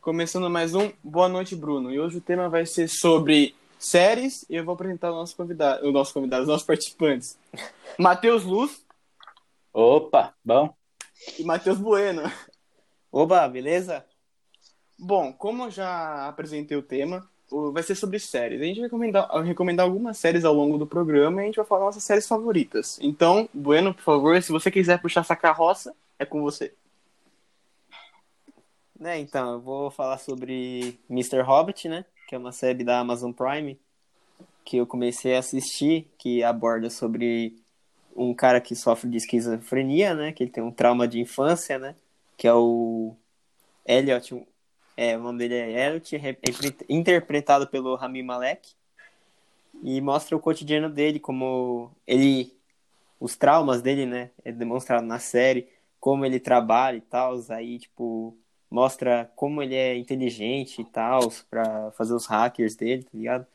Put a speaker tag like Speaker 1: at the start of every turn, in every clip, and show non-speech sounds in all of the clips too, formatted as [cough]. Speaker 1: Começando mais um Boa Noite, Bruno. E hoje o tema vai ser sobre séries e eu vou apresentar o nosso convidado, o nosso convidado, os nossos
Speaker 2: [laughs]
Speaker 1: participantes. Matheus Luz
Speaker 2: Opa, bom.
Speaker 1: e Matheus Bueno.
Speaker 3: Oba, beleza?
Speaker 1: Bom, como eu já apresentei o tema, o- vai ser sobre séries. A gente vai recomendar, recomendar algumas séries ao longo do programa e a gente vai falar nossas séries favoritas. Então, Bueno, por favor, se você quiser puxar essa carroça, é com você.
Speaker 3: Né, então, eu vou falar sobre Mr. Hobbit, né? Que é uma série da Amazon Prime que eu comecei a assistir, que aborda sobre um cara que sofre de esquizofrenia, né? Que ele tem um trauma de infância, né? Que é o Elliot, um- é, o nome dele é Elliot, re- impre- interpretado pelo Rami Malek. E mostra o cotidiano dele, como ele... Os traumas dele, né? É demonstrado na série, como ele trabalha e tal. Aí, tipo, mostra como ele é inteligente e tal, pra fazer os hackers dele, tá ligado?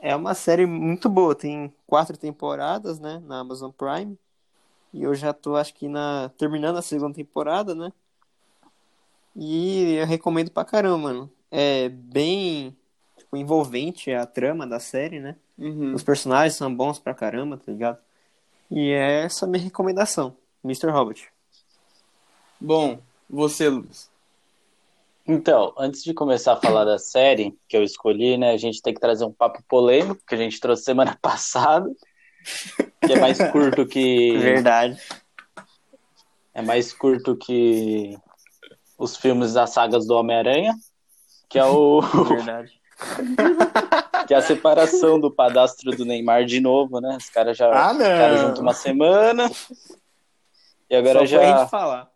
Speaker 3: É uma série muito boa, tem quatro temporadas, né, na Amazon Prime. E eu já tô, acho que, na terminando a segunda temporada, né? E eu recomendo pra caramba, mano. É bem, tipo, envolvente a trama da série, né?
Speaker 1: Uhum.
Speaker 3: Os personagens são bons pra caramba, tá ligado? E é essa a minha recomendação, Mr. Robot.
Speaker 1: Bom, você, Luz.
Speaker 2: Então, antes de começar a falar da série que eu escolhi, né, a gente tem que trazer um papo polêmico que a gente trouxe semana [laughs] passada, que é mais curto
Speaker 3: [laughs]
Speaker 2: que
Speaker 3: Verdade.
Speaker 2: [laughs] é mais curto que os filmes das sagas do Homem-Aranha, que é o
Speaker 3: Verdade.
Speaker 2: que é a separação do padastro do Neymar de novo, né? Os caras já
Speaker 1: Ah,
Speaker 2: ficaram junto uma semana. E agora
Speaker 3: Só
Speaker 2: já
Speaker 3: pra gente falar.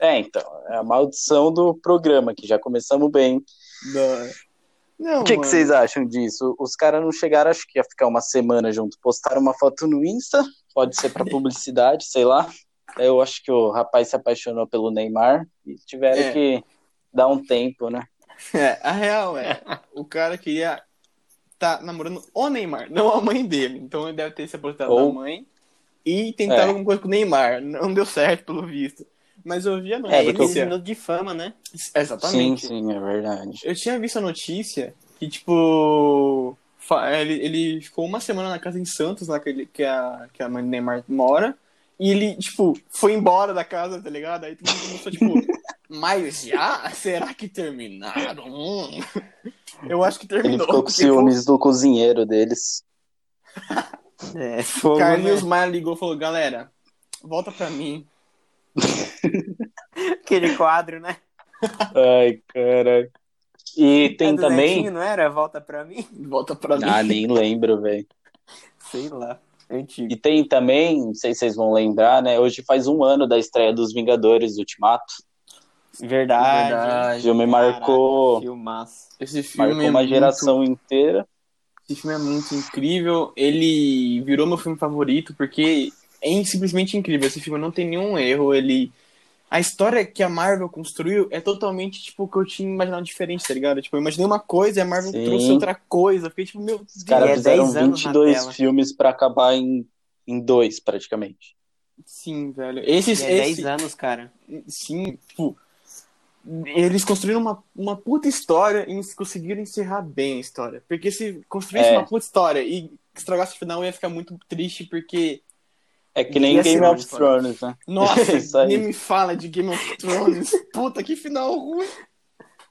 Speaker 2: É, então, é a maldição do programa, que já começamos bem.
Speaker 1: Da- Não, é.
Speaker 2: O que, que
Speaker 1: mano.
Speaker 2: vocês acham disso? Os caras não chegaram, acho que ia ficar uma semana junto. Postaram uma foto no Insta, pode ser pra publicidade, sei lá. Eu acho que o rapaz se apaixonou pelo Neymar e tiveram
Speaker 1: É.
Speaker 2: que dar um tempo, né?
Speaker 1: É, a real é, o cara queria tá namorando o Neymar, não a mãe dele. Então ele deve ter se aposentado
Speaker 2: Ou-
Speaker 1: da mãe e tentado
Speaker 2: É.
Speaker 1: alguma coisa com o Neymar. Não deu certo, pelo visto. Mas eu vi a
Speaker 2: É,
Speaker 1: notícia.
Speaker 2: porque
Speaker 3: Eles no de fama, né?
Speaker 1: Exatamente.
Speaker 2: Sim, sim, é verdade.
Speaker 1: Eu tinha visto a notícia que, tipo, fa- ele, ele ficou uma semana na casa em Santos, lá que, ele- que a, que a mãe do Neymar mora, e ele, tipo, foi embora da casa, tá ligado? Aí todo mundo começou, [laughs] tipo, mas já? Será que terminaram? Hum." Eu acho que
Speaker 2: Ele
Speaker 1: terminou.
Speaker 2: ficou com
Speaker 1: porque o
Speaker 2: ciúmes do cozinheiro deles.
Speaker 3: [laughs] É, fogo,
Speaker 1: Carlinhos Maia ligou e falou, galera, volta pra mim.
Speaker 3: né? Aquele quadro, né?
Speaker 2: Ai, caraca. E tem
Speaker 3: É do
Speaker 2: também.
Speaker 3: Netinho, não era? Volta pra mim? [laughs]
Speaker 1: Volta pra mim.
Speaker 2: Ah, nem lembro, velho.
Speaker 3: Sei lá. Antigo.
Speaker 2: E tem também, não sei se vocês vão lembrar, né? Hoje faz um ano da estreia dos Vingadores Ultimato.
Speaker 3: Verdade.
Speaker 2: O filme marcou,
Speaker 3: Filmaço.
Speaker 1: Esse filme
Speaker 2: marcou
Speaker 1: é
Speaker 2: uma
Speaker 1: muito-
Speaker 2: geração inteira.
Speaker 1: Esse filme é muito incrível. Ele virou meu filme favorito porque é simplesmente incrível. Esse filme não tem nenhum erro. Ele a história que a Marvel construiu é totalmente tipo o que eu tinha imaginado diferente, tá ligado? Tipo, eu imaginei uma coisa e a Marvel
Speaker 2: Sim.
Speaker 1: trouxe outra coisa. Eu Fiquei tipo, meu Deus.
Speaker 2: Os caras
Speaker 3: é
Speaker 2: fizeram
Speaker 3: 10 anos na
Speaker 2: 22
Speaker 3: tela.
Speaker 2: filmes pra acabar em, em dois, praticamente.
Speaker 1: Sim, velho.
Speaker 3: E é
Speaker 1: Esses,
Speaker 3: 10
Speaker 1: esse-
Speaker 3: anos, cara.
Speaker 1: sim, tipo, eles construíram uma, uma puta história e eles conseguiram encerrar bem a história. Porque se construísse
Speaker 2: É.
Speaker 1: uma puta história e estragasse o final, eu ia ficar muito triste porque
Speaker 2: É que nem
Speaker 1: Ia ser
Speaker 2: Game
Speaker 1: bom
Speaker 2: of
Speaker 1: de falar.
Speaker 2: Thrones, né? Isso
Speaker 1: Nossa,
Speaker 2: aí.
Speaker 1: nem me fala de Game of Thrones. Puta, que final ruim.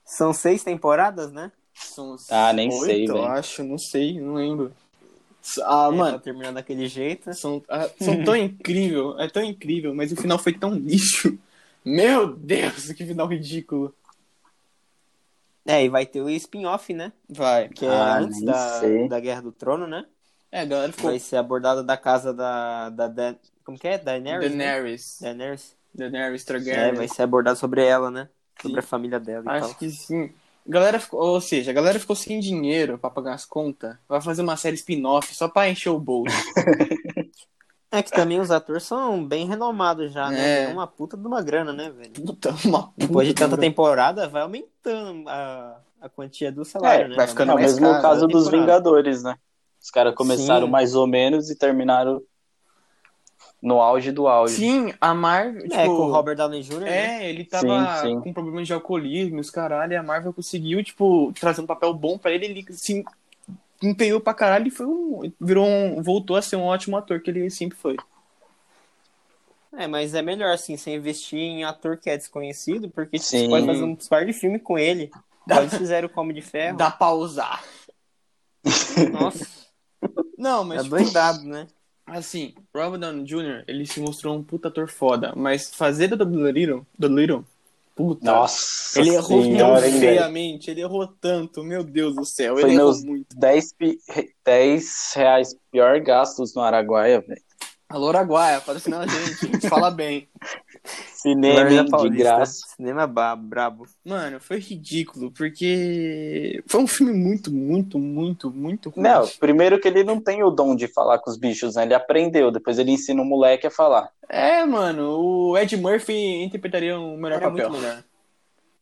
Speaker 3: São seis temporadas, né?
Speaker 1: São os
Speaker 2: Ah, nem sei,
Speaker 1: eu
Speaker 2: velho.
Speaker 1: acho, não sei, não lembro. Ah,
Speaker 3: É,
Speaker 1: mano,
Speaker 3: Pra terminar daquele jeito.
Speaker 1: são, ah, são [laughs] tão incrível, é tão incrível, mas o final foi tão lixo. Meu Deus, que final ridículo.
Speaker 3: É, e vai ter o spin-off, né?
Speaker 1: Vai.
Speaker 3: Que é
Speaker 2: Ah,
Speaker 3: antes
Speaker 2: nem
Speaker 3: da,
Speaker 2: sei.
Speaker 3: da Guerra do Trono, né?
Speaker 1: É, a galera ficou.
Speaker 3: Vai ser abordada da casa da... da, da- como que é? Daenerys? né?
Speaker 1: Daenerys.
Speaker 3: Daenerys.
Speaker 1: Daenerys
Speaker 3: É,
Speaker 1: Targaryen.
Speaker 3: vai ser abordado sobre ela, né? Sobre
Speaker 1: Sim.
Speaker 3: a família dela e
Speaker 1: Acho
Speaker 3: tal.
Speaker 1: que sim. Galera ficou, ou seja, a galera ficou sem dinheiro pra pagar as contas. Vai fazer uma série spin-off só pra encher o bolso. [laughs]
Speaker 3: É que também os atores são bem renomados já,
Speaker 1: É.
Speaker 3: né? É uma puta de uma grana, né, velho?
Speaker 1: Puta, uma
Speaker 3: Depois de
Speaker 1: puta
Speaker 3: tanta
Speaker 1: grana.
Speaker 3: temporada, vai aumentando a, a quantia do salário,
Speaker 2: É,
Speaker 3: né?
Speaker 1: vai ficando
Speaker 2: É o
Speaker 1: mais
Speaker 2: mesmo
Speaker 1: caro,
Speaker 2: caso
Speaker 3: né?
Speaker 2: dos
Speaker 3: Temporada.
Speaker 2: Vingadores, né? Os caras começaram
Speaker 3: Sim.
Speaker 2: mais ou menos e terminaram No auge do auge.
Speaker 1: Sim, a Marvel. Tipo,
Speaker 3: É, com o Robert Downey Jr., né?
Speaker 1: É, ele tava
Speaker 2: Sim, sim.
Speaker 1: com problemas de alcoolismo, e os caralho, e a Marvel conseguiu, tipo, trazer um papel bom pra ele, ele se empenhou pra caralho e foi um, virou um, voltou a ser um ótimo ator que ele sempre foi.
Speaker 3: É, mas é melhor, assim, você investir em ator que é desconhecido, porque tipo,
Speaker 2: Sim.
Speaker 3: você pode fazer um par de filme com ele. Igual eles fizeram o Come de
Speaker 1: [laughs]
Speaker 3: Ferro.
Speaker 1: Dá pra usar.
Speaker 3: Nossa,
Speaker 1: Não, mas
Speaker 3: é
Speaker 1: tipo,
Speaker 3: doidado, né?
Speaker 1: assim, Robert Downey Jr., ele se mostrou um puta ator foda, mas fazer do Dolittle, Dolittle, puta.
Speaker 2: Nossa.
Speaker 1: Ele errou
Speaker 2: senhora,
Speaker 1: tão
Speaker 2: hein, velho?
Speaker 1: feiamente, ele errou tanto, meu Deus do céu,
Speaker 2: Foi
Speaker 1: ele
Speaker 2: meus-
Speaker 1: errou muito.
Speaker 2: 10, pi- 10 reais pior gastos no Araguaia, velho.
Speaker 1: Alô, Araguaia, patrocina a [laughs] gente, fala bem.
Speaker 2: Cinema hein, de graça.
Speaker 3: Cinema ba- brabo.
Speaker 1: Mano, foi ridículo, porque foi um filme muito, muito, muito, muito ruim.
Speaker 2: Não, primeiro que ele não tem o dom de falar com os bichos, né? Ele aprendeu, depois ele ensina o moleque a falar.
Speaker 1: É, mano, o Ed Murphy interpretaria o melhor
Speaker 3: Era
Speaker 1: papel.
Speaker 3: é muito melhor. muito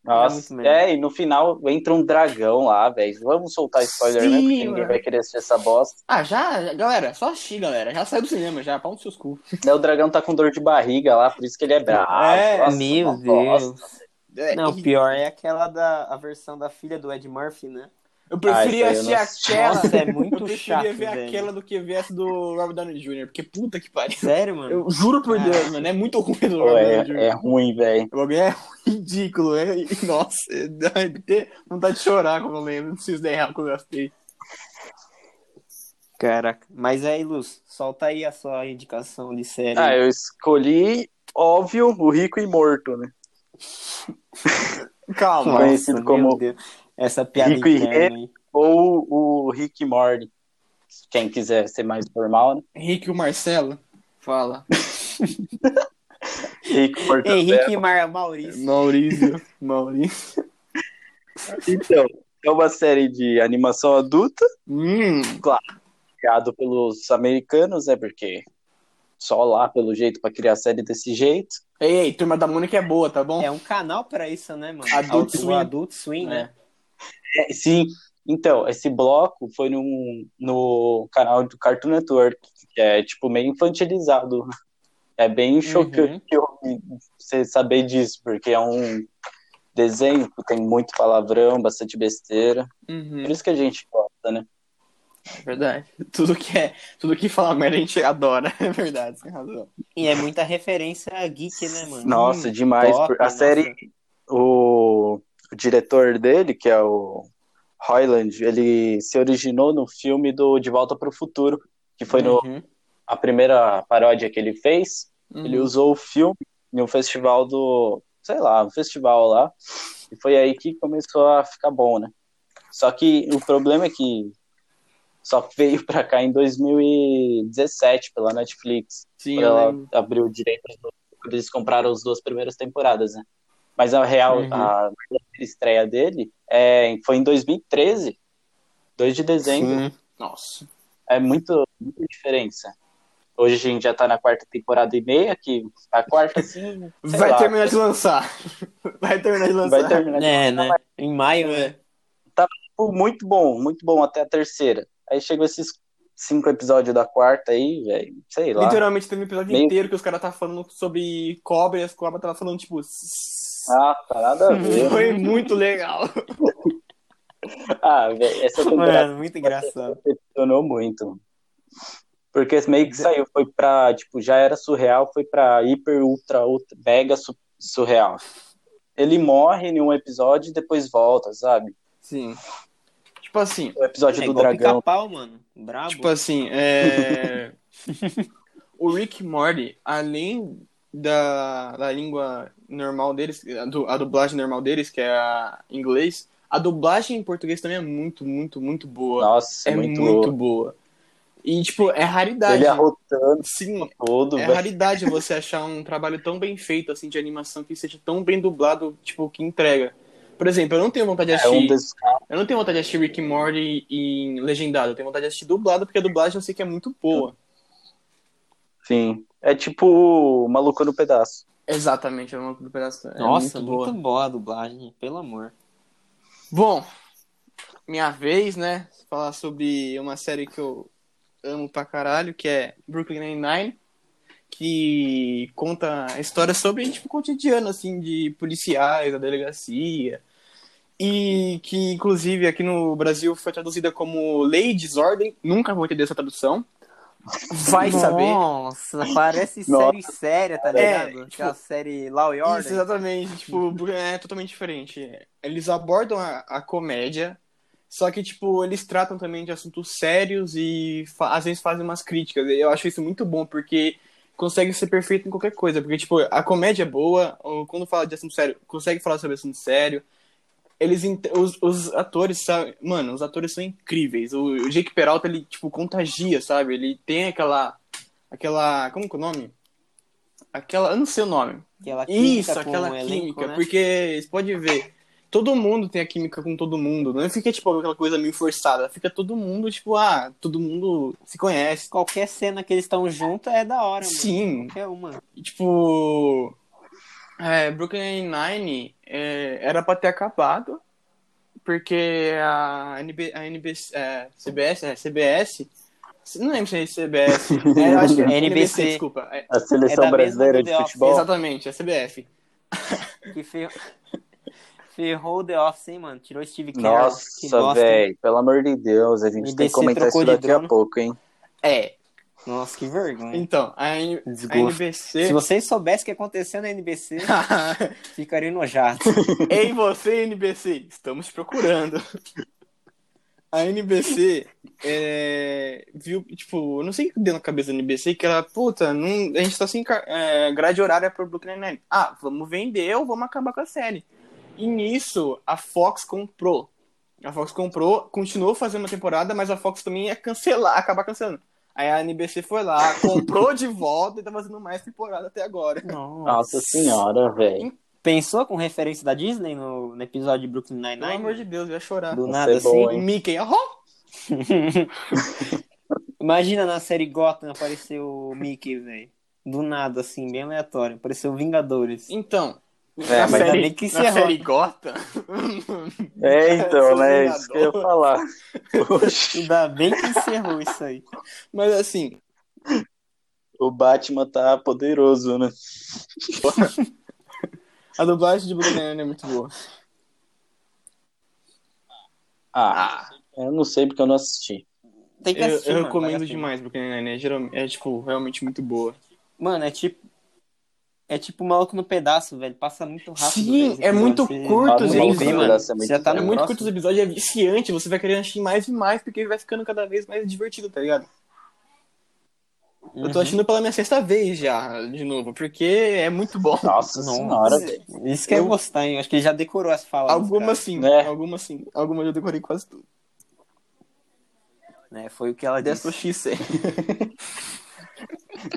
Speaker 2: Nossa,
Speaker 3: melhor.
Speaker 2: é, e no final entra um dragão lá, velho. Vamos soltar spoiler, né?
Speaker 1: Sim,
Speaker 2: Porque ninguém
Speaker 1: mano.
Speaker 2: vai querer assistir essa bosta.
Speaker 1: Ah, já, já- galera, só assistir, galera. Já saiu do cinema, já, pau nos seus cu.
Speaker 2: Daí o dragão tá com dor de barriga lá, por isso que ele é bravo.
Speaker 1: É,
Speaker 2: Nossa,
Speaker 3: Meu
Speaker 2: uma bosta.
Speaker 3: Deus.
Speaker 1: É,
Speaker 3: Não, o
Speaker 1: e-
Speaker 3: pior é aquela da a versão da filha do Ed Murphy, né?
Speaker 1: Eu preferia
Speaker 2: Ah, isso aí
Speaker 1: assistir
Speaker 2: eu não assisti.
Speaker 1: aquela.
Speaker 3: Nossa, [laughs] é muito
Speaker 1: eu preferia
Speaker 3: chato,
Speaker 1: ver
Speaker 3: velho.
Speaker 1: aquela do que ver essa do Robert Downey Jr., porque puta que pariu.
Speaker 3: Sério, mano?
Speaker 1: Eu juro por
Speaker 3: Ah.
Speaker 1: Deus, mano, é muito ruim do
Speaker 2: Pô,
Speaker 1: Robert
Speaker 2: é,
Speaker 1: Downey Jr.
Speaker 2: é ruim, velho.
Speaker 1: O bagulho é ridículo, é. [laughs] e- Nossa, é- [laughs] dá até vontade de chorar quando eu lembro desses 10 reais que eu gastei.
Speaker 3: Caraca. Mas aí, Luz, solta aí a sua indicação de série.
Speaker 2: Ah, eu escolhi, óbvio, o rico e morto, né?
Speaker 1: Calma.
Speaker 3: Nossa,
Speaker 2: conhecido
Speaker 3: meu
Speaker 2: como
Speaker 3: Deus. Essa piada
Speaker 2: Rico e
Speaker 3: interna aí.
Speaker 2: Ou o Rick e Morty. Quem quiser ser mais formal, né?
Speaker 1: Henrique e o Marcelo? Fala.
Speaker 2: Rico Mortadelo.
Speaker 3: Henrique e Mar Maurício.
Speaker 1: Maurício. Maurício.
Speaker 2: Então, é uma série de animação adulta,
Speaker 1: Hum,
Speaker 2: criado pelos americanos, né? Porque só lá, pelo jeito, pra criar série desse jeito.
Speaker 1: Ei, ei, turma da Mônica é boa, tá bom?
Speaker 3: É um canal pra isso, né, mano?
Speaker 1: Adult
Speaker 3: O
Speaker 1: Swim.
Speaker 3: Adult Swim, né?
Speaker 2: É, sim, então, esse bloco foi num, no canal do Cartoon Network, que é, tipo, meio infantilizado. É
Speaker 3: Uhum.
Speaker 2: bem chocante eu- você saber disso, porque é um desenho que tem muito palavrão, bastante besteira.
Speaker 1: Uhum,
Speaker 2: Por isso que a gente gosta, né?
Speaker 1: é verdade. Tudo que é, tudo que fala merda a gente adora, [laughs] é verdade, você tem razão.
Speaker 3: E é muita referência a geek, né, mano?
Speaker 2: Nossa, demais.
Speaker 3: Top,
Speaker 2: Por- a
Speaker 3: nossa.
Speaker 2: série, o, o diretor dele, que é o Royland, ele se originou no filme do De Volta para o Futuro, que foi no,
Speaker 3: Uhum.
Speaker 2: a primeira paródia que ele fez. Ele
Speaker 1: Uhum.
Speaker 2: usou o filme em um festival do, sei lá, um festival lá. E foi aí que começou a ficar bom, né? Só que o problema é que só veio [laughs] pra cá em 2017 pela Netflix
Speaker 1: Sim,
Speaker 2: quando
Speaker 1: eu
Speaker 2: ela
Speaker 1: lembro.
Speaker 2: abriu direitos do- quando eles compraram as duas primeiras temporadas, né? Mas a real,
Speaker 1: Uhum.
Speaker 2: a estreia dele é, foi em 2013, 2 de dezembro.
Speaker 3: Sim.
Speaker 1: Nossa.
Speaker 2: É muito, muita diferença. Hoje a gente já tá na quarta temporada e meia, que a
Speaker 3: [laughs]
Speaker 2: quarta sim
Speaker 1: Vai
Speaker 2: lá.
Speaker 1: terminar de lançar. [laughs] Vai terminar de lançar.
Speaker 2: vai terminar.
Speaker 3: É, né? Em maio, né?
Speaker 2: É. Tipo, muito bom, muito bom até a terceira. Aí chegou esses cinco episódios da quarta aí, velho, sei lá.
Speaker 1: Literalmente teve um episódio
Speaker 2: Meio-
Speaker 1: inteiro que os caras tá falando sobre cobra e as cobras tava falando, tipo. "Sss".
Speaker 2: Ah, tá nada a
Speaker 3: [laughs]
Speaker 2: ver.
Speaker 1: Foi muito legal.
Speaker 2: Ah, velho, essa temporada
Speaker 3: Mano, muito engraçado.
Speaker 2: decepcionou muito. Porque meio que saiu, foi pra, tipo, já era surreal, foi pra hiper, ultra, ultra mega su- surreal. Ele morre em um episódio e depois volta, sabe?
Speaker 1: Sim. Tipo assim,
Speaker 2: O episódio
Speaker 3: É
Speaker 2: do
Speaker 3: igual
Speaker 2: dragão.
Speaker 3: pica-pau, mano. Brabo.
Speaker 1: Tipo assim, é... o Rick e Morty, além da, da língua normal deles, a, du- a dublagem normal deles, que é a inglês, a dublagem em português também é muito, muito, muito boa.
Speaker 2: Nossa,
Speaker 1: é muito,
Speaker 2: louco.
Speaker 1: boa. E, tipo, é raridade.
Speaker 2: Ele um arrotando
Speaker 1: Sim,
Speaker 2: todo,
Speaker 1: é
Speaker 2: velho.
Speaker 1: raridade você achar um trabalho tão bem feito, assim, de animação, que seja tão bem dublado, tipo, que entrega. Por exemplo, eu não tenho vontade de
Speaker 2: É
Speaker 1: assistir...
Speaker 2: um desses caras.
Speaker 1: Eu não tenho vontade de assistir Rick and Morty em legendado, eu tenho vontade de assistir dublado, porque a dublagem eu sei que é muito boa.
Speaker 2: Sim. É tipo o maluco no pedaço.
Speaker 1: Exatamente, é uma recuperação. é
Speaker 3: Nossa,
Speaker 1: muito
Speaker 3: muito,
Speaker 1: boa.
Speaker 3: boa a dublagem, pelo amor.
Speaker 1: Bom, minha vez, né? Falar sobre uma série que eu amo pra caralho, que é Brooklyn Nine-Nine. que conta a história sobre tipo, o cotidiano assim, de policiais, da delegacia. E que, inclusive, aqui no Brasil foi traduzida como Lei de Desordem. Nunca vou entender essa tradução. Vai saber.
Speaker 3: Nossa, parece série
Speaker 2: Nossa.
Speaker 3: séria, tá
Speaker 1: É,
Speaker 3: ligado? Aquela série Law e
Speaker 1: Isso,
Speaker 3: Order.
Speaker 1: exatamente. Tipo, é totalmente diferente. Eles abordam a, a comédia, só que, tipo, eles tratam também de assuntos sérios e fa- às vezes fazem umas críticas. Eu acho isso muito bom, porque consegue ser perfeito em qualquer coisa. Porque, tipo, a comédia é boa, ou quando fala de assunto sério, consegue falar sobre assunto sério. Eles, ent- os, os atores, sabe? Mano, os atores são incríveis. O, o Jake Peralta, ele, tipo, contagia, sabe? Ele tem aquela. Aquela. Como que é o nome? Aquela. Eu não sei o nome.
Speaker 3: Aquela química
Speaker 1: Isso,
Speaker 3: com
Speaker 1: aquela
Speaker 3: o elenco,
Speaker 1: química,
Speaker 3: né?
Speaker 1: porque você pode ver, todo mundo tem a química com todo mundo, não fica tipo aquela coisa meio forçada, fica todo mundo tipo, ah, todo mundo se conhece.
Speaker 3: Qualquer cena que eles estão juntos é da hora, mano.
Speaker 1: Sim,
Speaker 3: Qualquer uma.
Speaker 1: e, tipo, é, Brooklyn Nine é, era pra ter acabado, porque a, NB, a NBC, é, CBS, é, CBS, não lembro se é CBS,
Speaker 2: [laughs]
Speaker 1: é, eu acho que é
Speaker 3: NBC.
Speaker 1: NBC, desculpa, é,
Speaker 2: A seleção
Speaker 3: É da mesma
Speaker 2: brasileira
Speaker 3: do
Speaker 2: de
Speaker 3: The Office,
Speaker 2: futebol.
Speaker 1: exatamente, é CBF.
Speaker 3: Que fer... [laughs] ferrou o The Office, hein, mano? Tirou o Steve Carell. que
Speaker 2: Nossa,
Speaker 3: bosta, hein?
Speaker 2: velho, pelo amor de Deus, a gente
Speaker 3: Me
Speaker 2: tem que
Speaker 3: descer,
Speaker 2: comentar
Speaker 3: trocou
Speaker 2: isso
Speaker 3: de
Speaker 2: daqui a
Speaker 3: dono.
Speaker 2: pouco, hein?
Speaker 1: É,
Speaker 3: Nossa, que vergonha.
Speaker 1: então, a, N- a
Speaker 3: Desgosto.
Speaker 1: NBC...
Speaker 3: Se vocês soubessem o que aconteceu na NBC,
Speaker 1: [laughs]
Speaker 3: ficariam enojados.
Speaker 1: Ei, você, NBC, estamos te procurando. A NBC é, viu, tipo, eu não sei o que deu na cabeça da NBC, que ela, puta, não, a gente tá sem car- é, grade horária pro Brooklyn Nine-Nine. Ah, vamos vender ou vamos acabar com a série. E nisso, a Fox comprou. A Fox comprou, continuou fazendo uma temporada, mas a Fox também ia cancelar, acabar cancelando. Aí a NBC foi lá, comprou de volta e tá fazendo mais temporada até agora.
Speaker 2: Nossa senhora, velho.
Speaker 3: Pensou com referência da Disney no, no episódio de Brooklyn
Speaker 1: Pelo amor de
Speaker 3: Nine-Nine?
Speaker 1: Deus, eu ia chorar.
Speaker 3: Do
Speaker 2: Nossa,
Speaker 3: nada,
Speaker 2: é
Speaker 3: assim.
Speaker 2: boa, hein?
Speaker 1: Mickey, aham!
Speaker 3: Imagina na série Gotham aparecer o Mickey, velho. Do nada, assim, bem aleatório. Apareceu o Vingadores.
Speaker 1: Então,
Speaker 2: É,
Speaker 1: na
Speaker 2: mas
Speaker 1: série,
Speaker 3: ainda bem que
Speaker 1: na
Speaker 3: encerrou.
Speaker 1: série Gotham,
Speaker 2: É, então, né?
Speaker 1: Sou
Speaker 2: Isso que eu ia falar. Oxi,
Speaker 3: Ainda bem que encerrou isso aí.
Speaker 1: mas assim,
Speaker 2: o Batman tá poderoso, né?
Speaker 1: a dublagem de Brooklyn é muito boa.
Speaker 2: Ah, eu não sei porque eu não assisti.
Speaker 3: Tem que
Speaker 1: eu,
Speaker 3: assistir.
Speaker 1: eu
Speaker 3: mano, vale
Speaker 1: recomendo
Speaker 3: a pena.
Speaker 1: demais Brooklyn Nine-Nine, é, geral- é, tipo, realmente muito boa.
Speaker 3: Mano, é tipo. É tipo maluco no pedaço, velho. Passa muito rápido.
Speaker 1: Sim,
Speaker 3: velho, esse
Speaker 1: é
Speaker 3: episódio.
Speaker 1: muito
Speaker 3: Você-
Speaker 1: curto,
Speaker 3: Maluco
Speaker 1: gente,
Speaker 3: no
Speaker 1: esse
Speaker 3: Pedaço,
Speaker 2: pedaço é
Speaker 3: mano.
Speaker 2: muito-
Speaker 3: Você já tá
Speaker 2: é
Speaker 1: é
Speaker 3: no
Speaker 1: muito
Speaker 3: próximo.
Speaker 1: curto os episódios, é viciante, você vai querendo assistir mais e mais, porque vai ficando cada vez mais divertido, tá ligado? Eu tô
Speaker 3: Uhum.
Speaker 1: assistindo pela minha sexta vez já, de novo, porque é muito [laughs] bom.
Speaker 2: Nossa
Speaker 3: Nossa.
Speaker 2: senhora, velho.
Speaker 3: Isso que eu
Speaker 1: Eu-
Speaker 3: ia gostar, hein? Acho que ele já decorou as falas.
Speaker 1: Algumas sim,
Speaker 2: É.
Speaker 1: algumas sim, algumas eu decorei quase tudo.
Speaker 3: cara. É, foi o que ela
Speaker 1: That's
Speaker 3: disse.
Speaker 1: what she said.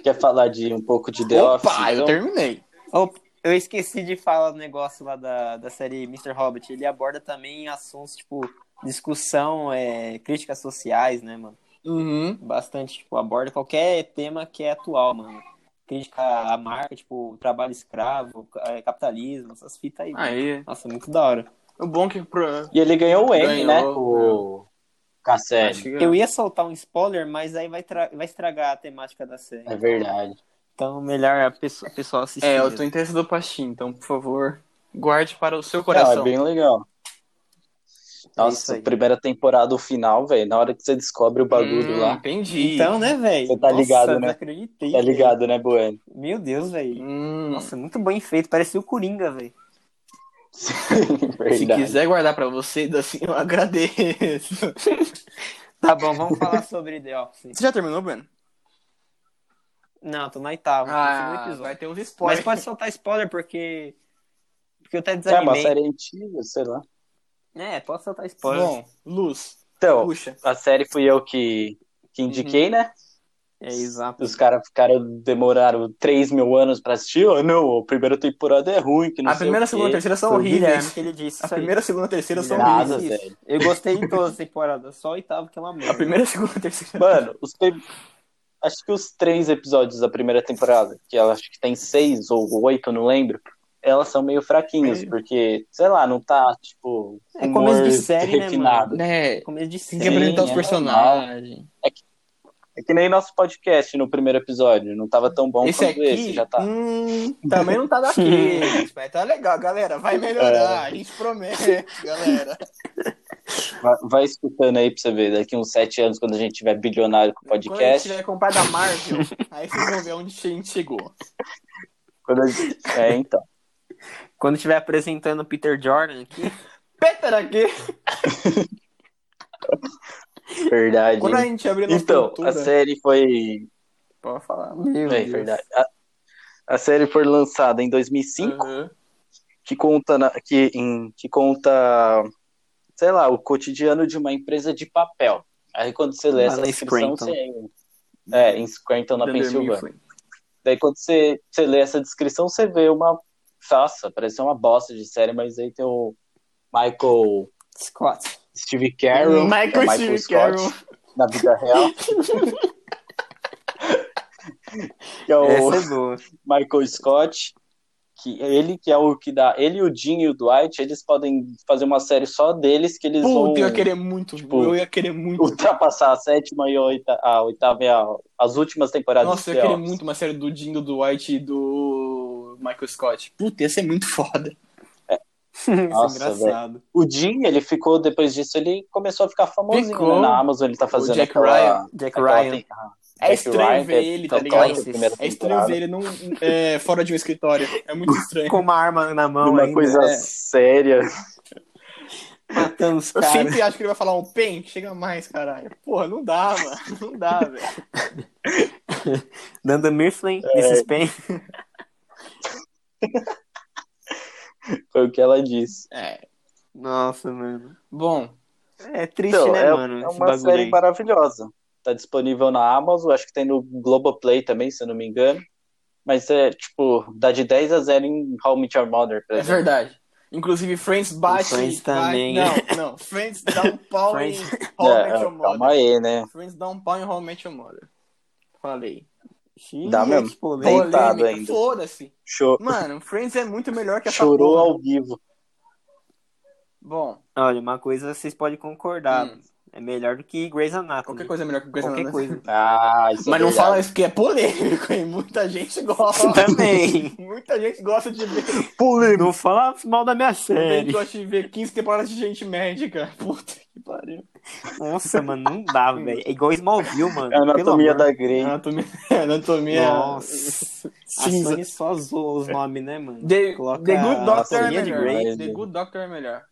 Speaker 2: Quer falar de um pouco de The Office?
Speaker 1: Opa, eu
Speaker 2: então?
Speaker 1: terminei.
Speaker 3: Oh, eu esqueci de falar do negócio lá da, da série Mr. Hobbit. Ele aborda também assuntos, tipo, discussão, é, críticas sociais, né, mano?
Speaker 1: Uhum.
Speaker 3: Bastante, tipo, aborda qualquer tema que é atual, mano. Crítica à marca, tipo, trabalho escravo, é, capitalismo, essas fitas aí. mano.
Speaker 1: Aí,
Speaker 3: Nossa, muito da hora.
Speaker 1: o bom é que pro,
Speaker 2: E ele ganhou o M,
Speaker 1: Ganhou,
Speaker 2: né?
Speaker 1: ganhou.
Speaker 2: O Casselli.
Speaker 1: Acho que-
Speaker 3: Eu ia soltar um spoiler, mas aí vai, tra- vai estragar a temática da série.
Speaker 2: É verdade.
Speaker 3: Então, melhor a pessoa, o pessoal assistir.
Speaker 1: É, eu
Speaker 3: mesmo.
Speaker 1: tô em tese do Pastim, então, por favor, guarde para o seu
Speaker 2: Não,
Speaker 1: coração. É
Speaker 2: é bem legal.
Speaker 3: isso
Speaker 2: Nossa,
Speaker 3: aí.
Speaker 2: primeira temporada, o final, velho. Na hora que você descobre o bagulho
Speaker 1: Hum,
Speaker 2: lá.
Speaker 1: Entendi.
Speaker 3: Então, né, velho?
Speaker 2: Você tá
Speaker 3: Nossa,
Speaker 2: ligado, né?
Speaker 3: Não acreditei.
Speaker 2: Tá ligado, né, Bueno?
Speaker 3: velho. Meu Deus, velho.
Speaker 1: Hum,
Speaker 3: Nossa, muito bem feito. Parecia o Coringa, velho.
Speaker 1: se
Speaker 2: [laughs] verdade.
Speaker 1: quiser guardar pra vocês, [laughs] assim, eu agradeço.
Speaker 3: Tá bom, vamos falar sobre The Office.
Speaker 1: Você já terminou, Breno?
Speaker 3: Não, tô na oitava. no segundo episódio.
Speaker 1: Ah, vai ter uns
Speaker 3: Mas
Speaker 1: spoilers.
Speaker 3: pode soltar spoiler, porque... Porque eu até
Speaker 2: É uma
Speaker 3: desanimei.
Speaker 2: série antiga, sei lá.
Speaker 3: É, pode soltar spoiler.
Speaker 1: Bom, Luz,
Speaker 2: Então,
Speaker 1: puxa.
Speaker 2: a série fui eu que, que
Speaker 1: Uhum.
Speaker 2: indiquei, né?
Speaker 3: É, exato.
Speaker 2: Os caras ficaram, demoraram 3 mil anos pra assistir. Oh, não, a primeira temporada é ruim, que não
Speaker 1: A
Speaker 2: sei
Speaker 1: primeira,
Speaker 2: o quê.
Speaker 1: segunda, terceira são
Speaker 3: Foi o Guilherme
Speaker 1: horríveis. né?
Speaker 3: que ele disse
Speaker 1: A
Speaker 3: isso aí.
Speaker 1: primeira, segunda, terceira são
Speaker 3: Nada,
Speaker 1: horríveis.
Speaker 2: Nada,
Speaker 3: horríveis.
Speaker 2: velho.
Speaker 3: Eu gostei de todas as temporadas, só a oitava que é uma merda.
Speaker 1: A primeira, [laughs] segunda, terceira.
Speaker 2: Mano, os prim- acho que os três episódios da primeira temporada, que ela acho que tem seis ou oito, eu não lembro, elas são meio fraquinhas,
Speaker 1: É.
Speaker 2: porque, sei lá, não tá, tipo,
Speaker 3: É começo de
Speaker 2: humor
Speaker 3: série, né, mano?
Speaker 2: refinado.
Speaker 1: Né,
Speaker 3: Começo de
Speaker 1: tem
Speaker 3: série.
Speaker 1: que apresentar os
Speaker 2: é
Speaker 1: personagens.
Speaker 2: É que nem nosso podcast no primeiro episódio. Não tava tão bom
Speaker 1: Esse
Speaker 2: quanto
Speaker 1: aqui
Speaker 2: esse, já tá.
Speaker 1: hum, também não tá
Speaker 2: [laughs]
Speaker 1: daqueles, mas tá legal, galera. Vai
Speaker 2: É.
Speaker 1: melhorar, a gente promete, galera.
Speaker 2: Vai, vai escutando aí pra você ver. Daqui uns sete anos, quando a gente tiver bilionário com o
Speaker 1: Quando a gente
Speaker 2: podcast.
Speaker 1: tiver comprado a Marvel, [laughs] aí vocês vão ver onde a gente chegou.
Speaker 2: quando a gente- É, então.
Speaker 3: Quando estiver apresentando o Peter Jordan aqui,
Speaker 1: [laughs] Peter aqui.
Speaker 2: Verdade.
Speaker 1: Quando a
Speaker 2: hein?
Speaker 1: gente abrir nossa
Speaker 2: Então,
Speaker 1: cultura,
Speaker 2: a série foi.
Speaker 1: pode falar.
Speaker 3: meu
Speaker 2: É,
Speaker 3: Deus.
Speaker 2: verdade. A, a série foi lançada em 2005.
Speaker 1: Uhum.
Speaker 2: que conta na- que, em- que conta sei lá o cotidiano de uma empresa de papel aí quando você lê
Speaker 3: Lá
Speaker 2: essa
Speaker 3: Ah, na
Speaker 2: descrição
Speaker 3: Scranton.
Speaker 2: você é em Scranton na
Speaker 1: Dunder
Speaker 2: Pensilvânia
Speaker 1: Mifflin.
Speaker 2: daí quando você, você lê essa descrição você vê uma nossa, parece uma bosta de série mas aí tem o Michael
Speaker 3: Scott. Hum.
Speaker 2: Steve Carroll
Speaker 1: Michael
Speaker 2: que é
Speaker 1: Steve Carroll.
Speaker 2: na
Speaker 1: [laughs]
Speaker 2: vida real que é o
Speaker 3: Essa
Speaker 1: [laughs]
Speaker 3: é boa.
Speaker 2: Michael Scott, que ele que é o que dá, ele e o Jim e o Dwight, eles podem fazer uma série só deles que eles vão
Speaker 1: Puta, eu ia querer muito.
Speaker 2: Tipo,
Speaker 1: eu ia querer muito.
Speaker 2: ultrapassar a sétima e a oita, a oitava e a, as últimas temporadas.
Speaker 1: Nossa, eu
Speaker 2: do
Speaker 1: ia querer
Speaker 2: The Office.
Speaker 1: muito uma série do Jim, do Dwight e do Michael Scott. Puta, ia ser muito foda.
Speaker 2: Nossa,
Speaker 3: Isso é engraçado.
Speaker 2: O Jim, ele ficou depois disso, ele começou a ficar famosinho
Speaker 1: Ficou.
Speaker 2: né? na Amazon, ele tá fazendo
Speaker 1: Jack
Speaker 2: aquela,
Speaker 1: Ryan.
Speaker 3: Jack
Speaker 2: aquela
Speaker 3: Ryan.
Speaker 2: tem- ah,
Speaker 1: É
Speaker 2: Jack
Speaker 1: estranho
Speaker 2: Ryan,
Speaker 1: ver
Speaker 2: que é
Speaker 1: ele, tá
Speaker 2: tão
Speaker 1: ligado?
Speaker 2: clássico, primeira
Speaker 1: É estranho
Speaker 2: temporada.
Speaker 1: ver ele num, é, fora de um escritório. É muito
Speaker 2: [laughs]
Speaker 1: estranho.
Speaker 3: Com uma arma na mão
Speaker 2: Uma
Speaker 3: ainda,
Speaker 2: coisa
Speaker 1: é.
Speaker 2: séria. [laughs]
Speaker 3: matando os
Speaker 1: Eu
Speaker 3: caras.
Speaker 1: sempre acho que ele vai falar um pen, chega mais, caralho. Porra, não dá, mano. Não dá, velho.
Speaker 3: Dando Mifflin,
Speaker 1: É.
Speaker 3: Mrs. Payne.
Speaker 2: Foi o que ela disse.
Speaker 1: É.
Speaker 3: Nossa, mano.
Speaker 1: Bom,
Speaker 3: É triste,
Speaker 2: Então,
Speaker 3: né,
Speaker 2: é,
Speaker 3: mano?
Speaker 2: é
Speaker 3: esse
Speaker 2: uma
Speaker 3: bagulho
Speaker 2: série
Speaker 3: aí.
Speaker 2: maravilhosa. Tá disponível na Amazon, acho que tem no Globoplay também, se eu não me engano. Mas é, tipo, dá de 10 a 0 em How Meet Your Mother, por
Speaker 1: é
Speaker 2: exemplo.
Speaker 1: verdade. Inclusive, Friends bate.
Speaker 3: Friends
Speaker 1: bate-
Speaker 3: também.
Speaker 1: Não, não. Friends dá um pau em
Speaker 3: Friends-
Speaker 1: How I
Speaker 2: É,
Speaker 1: Met Your
Speaker 2: calma
Speaker 1: Mother.
Speaker 2: aí, né?
Speaker 1: Friends dá um pau em How I Met Your Mother. Falei.
Speaker 3: Ih,
Speaker 2: Dá mesmo.
Speaker 3: que polêmica.
Speaker 2: Deitado
Speaker 1: Polêmica,
Speaker 2: ainda.
Speaker 1: foda-se.
Speaker 2: Cho-
Speaker 1: Mano, Friends é muito melhor que essa
Speaker 2: Chorou
Speaker 1: porra.
Speaker 2: ao vivo.
Speaker 1: Bom,
Speaker 3: Olha, uma coisa vocês podem concordar.
Speaker 1: hum,
Speaker 3: É melhor do que Grey's Anatomy.
Speaker 1: qualquer coisa é melhor que Grey's
Speaker 3: Qualquer
Speaker 1: Anatomy.
Speaker 3: coisa.
Speaker 2: Ah, isso é
Speaker 1: Mas não
Speaker 2: verdade.
Speaker 1: fala isso porque é polêmico, hein? Muita gente gosta.
Speaker 3: [laughs] Também.
Speaker 1: Muita gente gosta de ver.
Speaker 3: Não fala mal da minha
Speaker 1: Muita gente
Speaker 3: série.
Speaker 1: gosta de ver 15 temporadas de gente médica. Puta que pariu.
Speaker 3: Nossa, mano, não [laughs] dá, velho. É igual Smallville, mano.
Speaker 2: É a
Speaker 3: Pelo
Speaker 2: Anatomia
Speaker 3: amor.
Speaker 2: da Grey.
Speaker 1: Anatomia. Anatomia.
Speaker 3: Nossa. A
Speaker 1: Cinza.
Speaker 3: Sony só zoa
Speaker 2: É.
Speaker 3: os nomes, né, mano?
Speaker 1: The,
Speaker 3: Coloca
Speaker 1: The Good Doctor é
Speaker 3: Anatomia de
Speaker 1: melhor.
Speaker 3: Grey.
Speaker 2: Grey. né?
Speaker 1: The Good Doctor é melhor.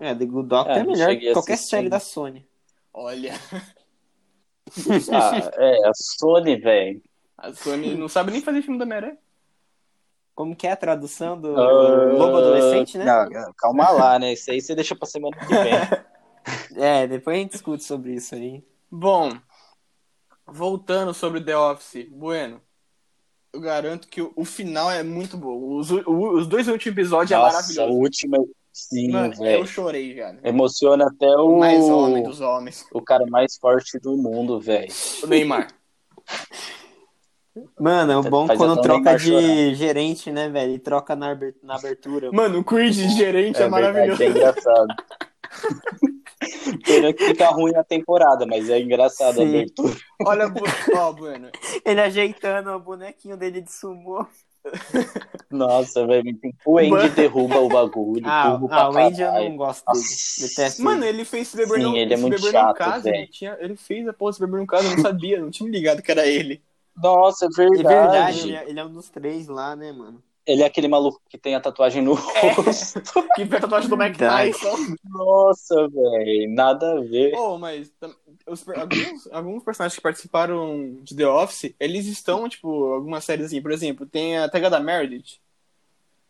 Speaker 3: É, The Good Doctor
Speaker 2: É,
Speaker 3: é,
Speaker 2: não
Speaker 3: melhor
Speaker 2: cheguei a
Speaker 3: que qualquer
Speaker 2: assistir.
Speaker 3: série da Sony.
Speaker 1: Olha,
Speaker 2: Ah, é, a Sony, velho.
Speaker 1: a Sony não sabe nem fazer filme da Homem-Aranha.
Speaker 3: Como que é a tradução do
Speaker 2: Ah,
Speaker 3: Lobo Adolescente, né?
Speaker 2: não, calma lá, né? Isso aí você deixa pra semana que
Speaker 1: [laughs]
Speaker 2: vem.
Speaker 3: É, depois a gente discute sobre isso aí.
Speaker 1: Bom, voltando sobre The Office, Bueno, eu garanto que o, o final é muito bom. Os, o- os dois últimos episódios é
Speaker 2: Nossa, a
Speaker 1: maravilhoso.
Speaker 2: última. Sim,
Speaker 1: Mano, eu
Speaker 2: velho.
Speaker 1: chorei, cara.
Speaker 2: Emociona até
Speaker 1: O
Speaker 2: o.
Speaker 1: mais homem dos homens.
Speaker 2: o cara mais forte do mundo, velho.
Speaker 1: O Neymar.
Speaker 3: Mano, o
Speaker 2: Tá Faz
Speaker 3: bom
Speaker 2: até
Speaker 3: quando
Speaker 2: o
Speaker 3: troca
Speaker 2: Neymar
Speaker 3: de
Speaker 2: chorar.
Speaker 3: gerente, né, velho? E troca na, aber-
Speaker 2: [laughs]
Speaker 3: na abertura.
Speaker 1: Mano, o Creed de gerente é, maravilhoso.
Speaker 3: [laughs]
Speaker 2: é engraçado. Pena que fica ruim na temporada, mas é engraçado a
Speaker 3: Sim.
Speaker 2: abertura.
Speaker 1: Olha, Bu- ó, Bueno.
Speaker 3: Ele ajeitando o bonequinho dele de sumô.
Speaker 2: Nossa, velho. O Andy
Speaker 1: Mano.
Speaker 2: derruba o bagulho.
Speaker 3: Ah,
Speaker 2: turbo
Speaker 3: ah,
Speaker 2: pra
Speaker 3: o Andy eu
Speaker 2: caralho.
Speaker 3: não gosto dele.
Speaker 2: Nossa.
Speaker 3: Detesto ele.
Speaker 1: Mano, ele fez se beber
Speaker 2: Sim,
Speaker 1: num,
Speaker 2: ele é
Speaker 1: Se
Speaker 2: muito
Speaker 1: Beber Num
Speaker 2: chato,
Speaker 1: caso,
Speaker 2: velho.
Speaker 1: ele, tinha, ele fez a porra se beber num caso, eu não sabia, não tinha me ligado que era ele.
Speaker 2: Nossa, é
Speaker 3: De
Speaker 2: verdade.
Speaker 3: verdade, ele é, ele é um dos três lá, né, mano?
Speaker 2: Ele é aquele maluco que tem a tatuagem no
Speaker 3: É.
Speaker 2: rosto. [laughs]
Speaker 1: Que foi a tatuagem do Mike
Speaker 3: Verdade.
Speaker 1: Tyson.
Speaker 2: Nossa, velho. Nada a
Speaker 3: É
Speaker 2: ver.
Speaker 1: [laughs] Oh, mas tam- os per- alguns, alguns personagens que participaram de The Office, eles estão, tipo, algumas séries assim, por exemplo, tem a Tega da Meredith.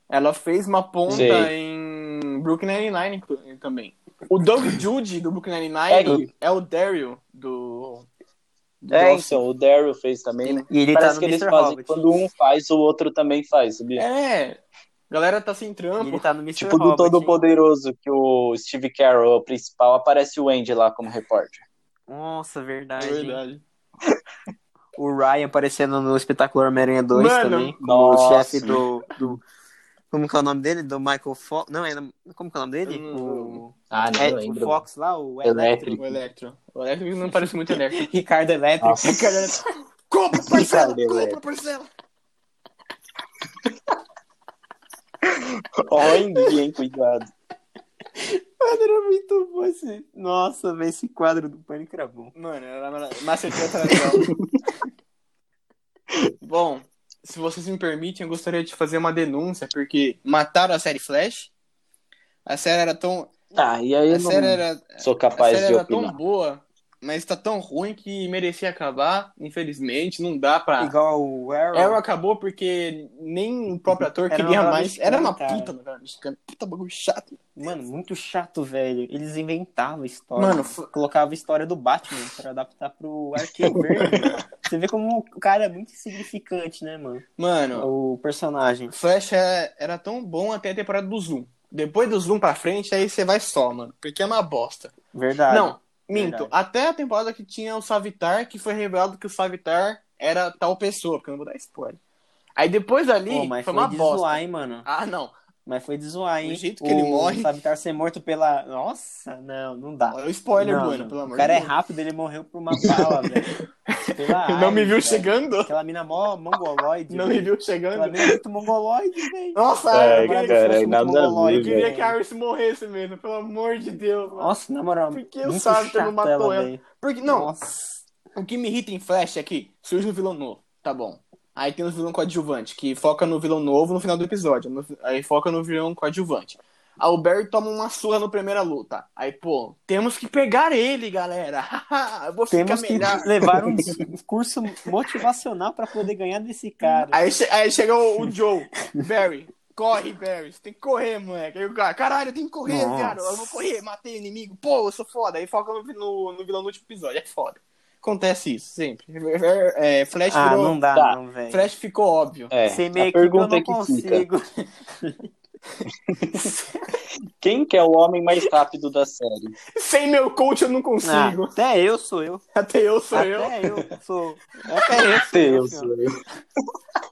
Speaker 1: Ela fez uma ponta
Speaker 2: Sei.
Speaker 1: em Brooklyn Nine-Nine inclu- também. O Doug Judy do Brooklyn
Speaker 2: É,
Speaker 1: Nine-Nine é, o Daryl do... do
Speaker 2: É,
Speaker 1: Office.
Speaker 2: então, o Daryl fez também, né?
Speaker 3: E ele
Speaker 2: Parece
Speaker 3: tá
Speaker 2: que
Speaker 3: no
Speaker 2: eles
Speaker 3: Mr.
Speaker 2: fazem.
Speaker 3: Hobbit.
Speaker 2: Quando um faz, o outro também faz, sabia?
Speaker 1: É, galera tá sem
Speaker 3: E
Speaker 1: trampo.
Speaker 3: Ele tá no Mr.
Speaker 2: Tipo, do
Speaker 3: Hobbit.
Speaker 2: Todo
Speaker 3: hein?
Speaker 2: Poderoso, que o Steve Carroll é o principal, aparece o Andy lá como repórter.
Speaker 3: Nossa,
Speaker 1: É
Speaker 3: verdade. hein?
Speaker 1: verdade.
Speaker 3: O Ryan aparecendo no espetacular Homem-Aranha 2
Speaker 1: Mano,
Speaker 3: também. Como o
Speaker 2: nossa.
Speaker 3: chefe do, do Como que é o nome dele? Do Michael Fox. Não, era... como que é o nome dele?
Speaker 1: Eu não-
Speaker 3: O...
Speaker 4: Ah, não
Speaker 3: É, o
Speaker 4: lembro.
Speaker 3: Fox lá, o
Speaker 4: Electric.
Speaker 3: Electro.
Speaker 1: O Electro. O Electro não parece
Speaker 2: [laughs]
Speaker 1: muito Electro.
Speaker 3: Ricardo Electric.
Speaker 4: Nossa.
Speaker 3: Ricardo Electric.
Speaker 1: compra, parcela!
Speaker 4: Brincadeira,
Speaker 1: compra,
Speaker 4: velho.
Speaker 1: parcela!
Speaker 2: Olha, hein, cuidado.
Speaker 3: Mano, era muito bom esse. Nossa, velho, esse quadro do Pânico era bom.
Speaker 1: Mano, era mara- macetante natural.
Speaker 2: [laughs]
Speaker 1: Bom, se vocês me permitem, eu gostaria de fazer uma denúncia, porque mataram a série Flash. A série era tão.
Speaker 2: Tá, e aí
Speaker 1: A
Speaker 2: eu não
Speaker 1: série era,
Speaker 2: sou
Speaker 1: a
Speaker 2: capaz
Speaker 1: série
Speaker 2: de
Speaker 1: era
Speaker 2: opinar.
Speaker 1: tão boa, mas tá tão ruim que merecia acabar. Infelizmente, não dá pra.
Speaker 3: Igual o Arrow.
Speaker 1: Arrow acabou porque nem o próprio ator
Speaker 3: Era
Speaker 1: queria
Speaker 3: uma
Speaker 1: mais.
Speaker 3: novela
Speaker 1: Era uma
Speaker 3: mexicana,
Speaker 2: né?
Speaker 1: puta novela mexicana. Puta bagulho chato.
Speaker 3: Mano, muito chato, velho. Eles inventavam história.
Speaker 1: Mano,
Speaker 3: Mano,
Speaker 1: f-
Speaker 3: colocava a história do Batman pra adaptar pro Arqueiro Verde. mano.
Speaker 1: [laughs]
Speaker 3: Você vê como o cara é muito insignificante, né, mano?
Speaker 1: Mano,
Speaker 3: O personagem.
Speaker 1: Flash é- era tão bom até a temporada do Zoom. Depois do Zoom pra frente, aí você vai só, mano. Porque é uma bosta.
Speaker 3: Verdade.
Speaker 1: Não, minto.
Speaker 3: Verdade.
Speaker 1: Até a temporada que tinha o Savitar, que foi revelado que o Savitar era tal pessoa, porque eu não vou dar spoiler. Aí depois ali,
Speaker 3: Pô, mas
Speaker 1: foi
Speaker 3: foi,
Speaker 1: uma
Speaker 3: de
Speaker 1: bosta.
Speaker 3: zoar, hein, mano.
Speaker 1: Ah, não.
Speaker 3: Mas foi de zoar, hein.
Speaker 1: Do jeito que ele morre.
Speaker 3: O Savitar ser morto pela... Nossa, não, não dá.
Speaker 1: Olha o spoiler,
Speaker 3: Não,
Speaker 1: Bueno,
Speaker 3: não.
Speaker 1: pelo amor
Speaker 3: O cara
Speaker 1: de
Speaker 3: é
Speaker 1: Deus.
Speaker 3: rápido, ele morreu por uma bala, velho.
Speaker 1: [laughs]
Speaker 3: Pela
Speaker 1: Não me
Speaker 3: AIDS,
Speaker 1: viu
Speaker 3: velho.
Speaker 1: chegando.
Speaker 3: Aquela mina mó mongoloide.
Speaker 1: Não me
Speaker 3: velho.
Speaker 1: viu
Speaker 3: Aquela
Speaker 1: chegando.
Speaker 3: mina é muito mongoloide, velho.
Speaker 1: Nossa,
Speaker 2: É,
Speaker 1: eu queria que
Speaker 2: cara,
Speaker 1: fosse- um
Speaker 3: muito
Speaker 2: nada a ver,
Speaker 3: mongoloide,
Speaker 1: eu queria
Speaker 3: velho.
Speaker 1: que a Iris morresse mesmo, pelo amor de Deus. mano.
Speaker 3: Nossa, na moral.
Speaker 1: Por que o
Speaker 3: muito
Speaker 1: Savitar não
Speaker 3: chata
Speaker 1: matou
Speaker 3: ela,
Speaker 1: ela?
Speaker 3: velho.
Speaker 1: Porque, não,
Speaker 3: Nossa.
Speaker 1: O que me irrita em Flash é que surge um vilão novo, tá bom. Aí tem um vilão coadjuvante, que foca no vilão novo no final do episódio. no- aí foca no vilão coadjuvante. Aí o Barry toma uma surra na primeira luta. Aí, pô, temos que pegar ele, galera. [laughs] Eu vou ficar
Speaker 3: Temos que
Speaker 1: melhor.
Speaker 3: levar um dis- um curso motivacional pra poder ganhar desse cara.
Speaker 1: Aí, che- aí chega o, o Joe. Barry, corre, Barry. Você tem que correr, moleque. Aí o cara, caralho, eu tenho que correr,
Speaker 3: Nossa.
Speaker 1: viado. Eu vou correr, matei o inimigo. Pô, eu sou foda. Aí foca no, no- no vilão do último episódio. É foda. Acontece isso, sempre. É, é, Flash
Speaker 3: Ah,
Speaker 1: virou...
Speaker 3: não dá,
Speaker 2: Tá.
Speaker 3: não, velho.
Speaker 1: É Flash ficou óbvio.
Speaker 2: É,
Speaker 3: Sem
Speaker 2: a
Speaker 3: meio que eu não
Speaker 2: pergunta que fica,
Speaker 3: consigo.
Speaker 2: quem que é o homem mais rápido da série?
Speaker 1: [laughs] Sem meu coach eu não
Speaker 3: Ah,
Speaker 1: consigo.
Speaker 3: até eu sou eu.
Speaker 2: Ah.
Speaker 1: Até eu sou eu.
Speaker 3: até eu. sou. Até eu sou eu.
Speaker 2: Deus,
Speaker 3: senhor.
Speaker 2: velho.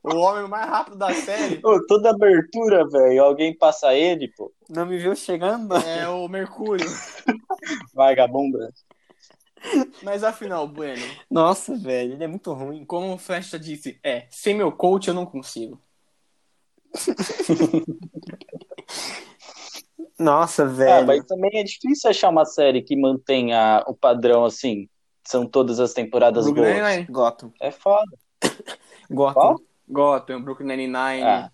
Speaker 1: O homem mais rápido da série
Speaker 2: Ô, toda abertura, velho, alguém passa ele, pô.
Speaker 3: Não me viu chegando?
Speaker 1: é o Mercúrio.
Speaker 2: Vagabunda.
Speaker 1: Mas afinal, Bueno,
Speaker 3: Nossa, velho, ele é muito ruim.
Speaker 1: como o Flash já disse, é, sem meu coach eu não consigo.
Speaker 3: Nossa,
Speaker 2: Ah,
Speaker 3: velho.
Speaker 2: mas também é difícil achar uma série que mantenha o padrão assim. São todas as temporadas
Speaker 1: Brooklyn
Speaker 2: boas.
Speaker 1: Nine-Nine.
Speaker 3: Gotham.
Speaker 2: É foda.
Speaker 3: Gotham.
Speaker 2: Qual?
Speaker 1: Gotham, Brooklyn Nine-Nine.
Speaker 2: Ah.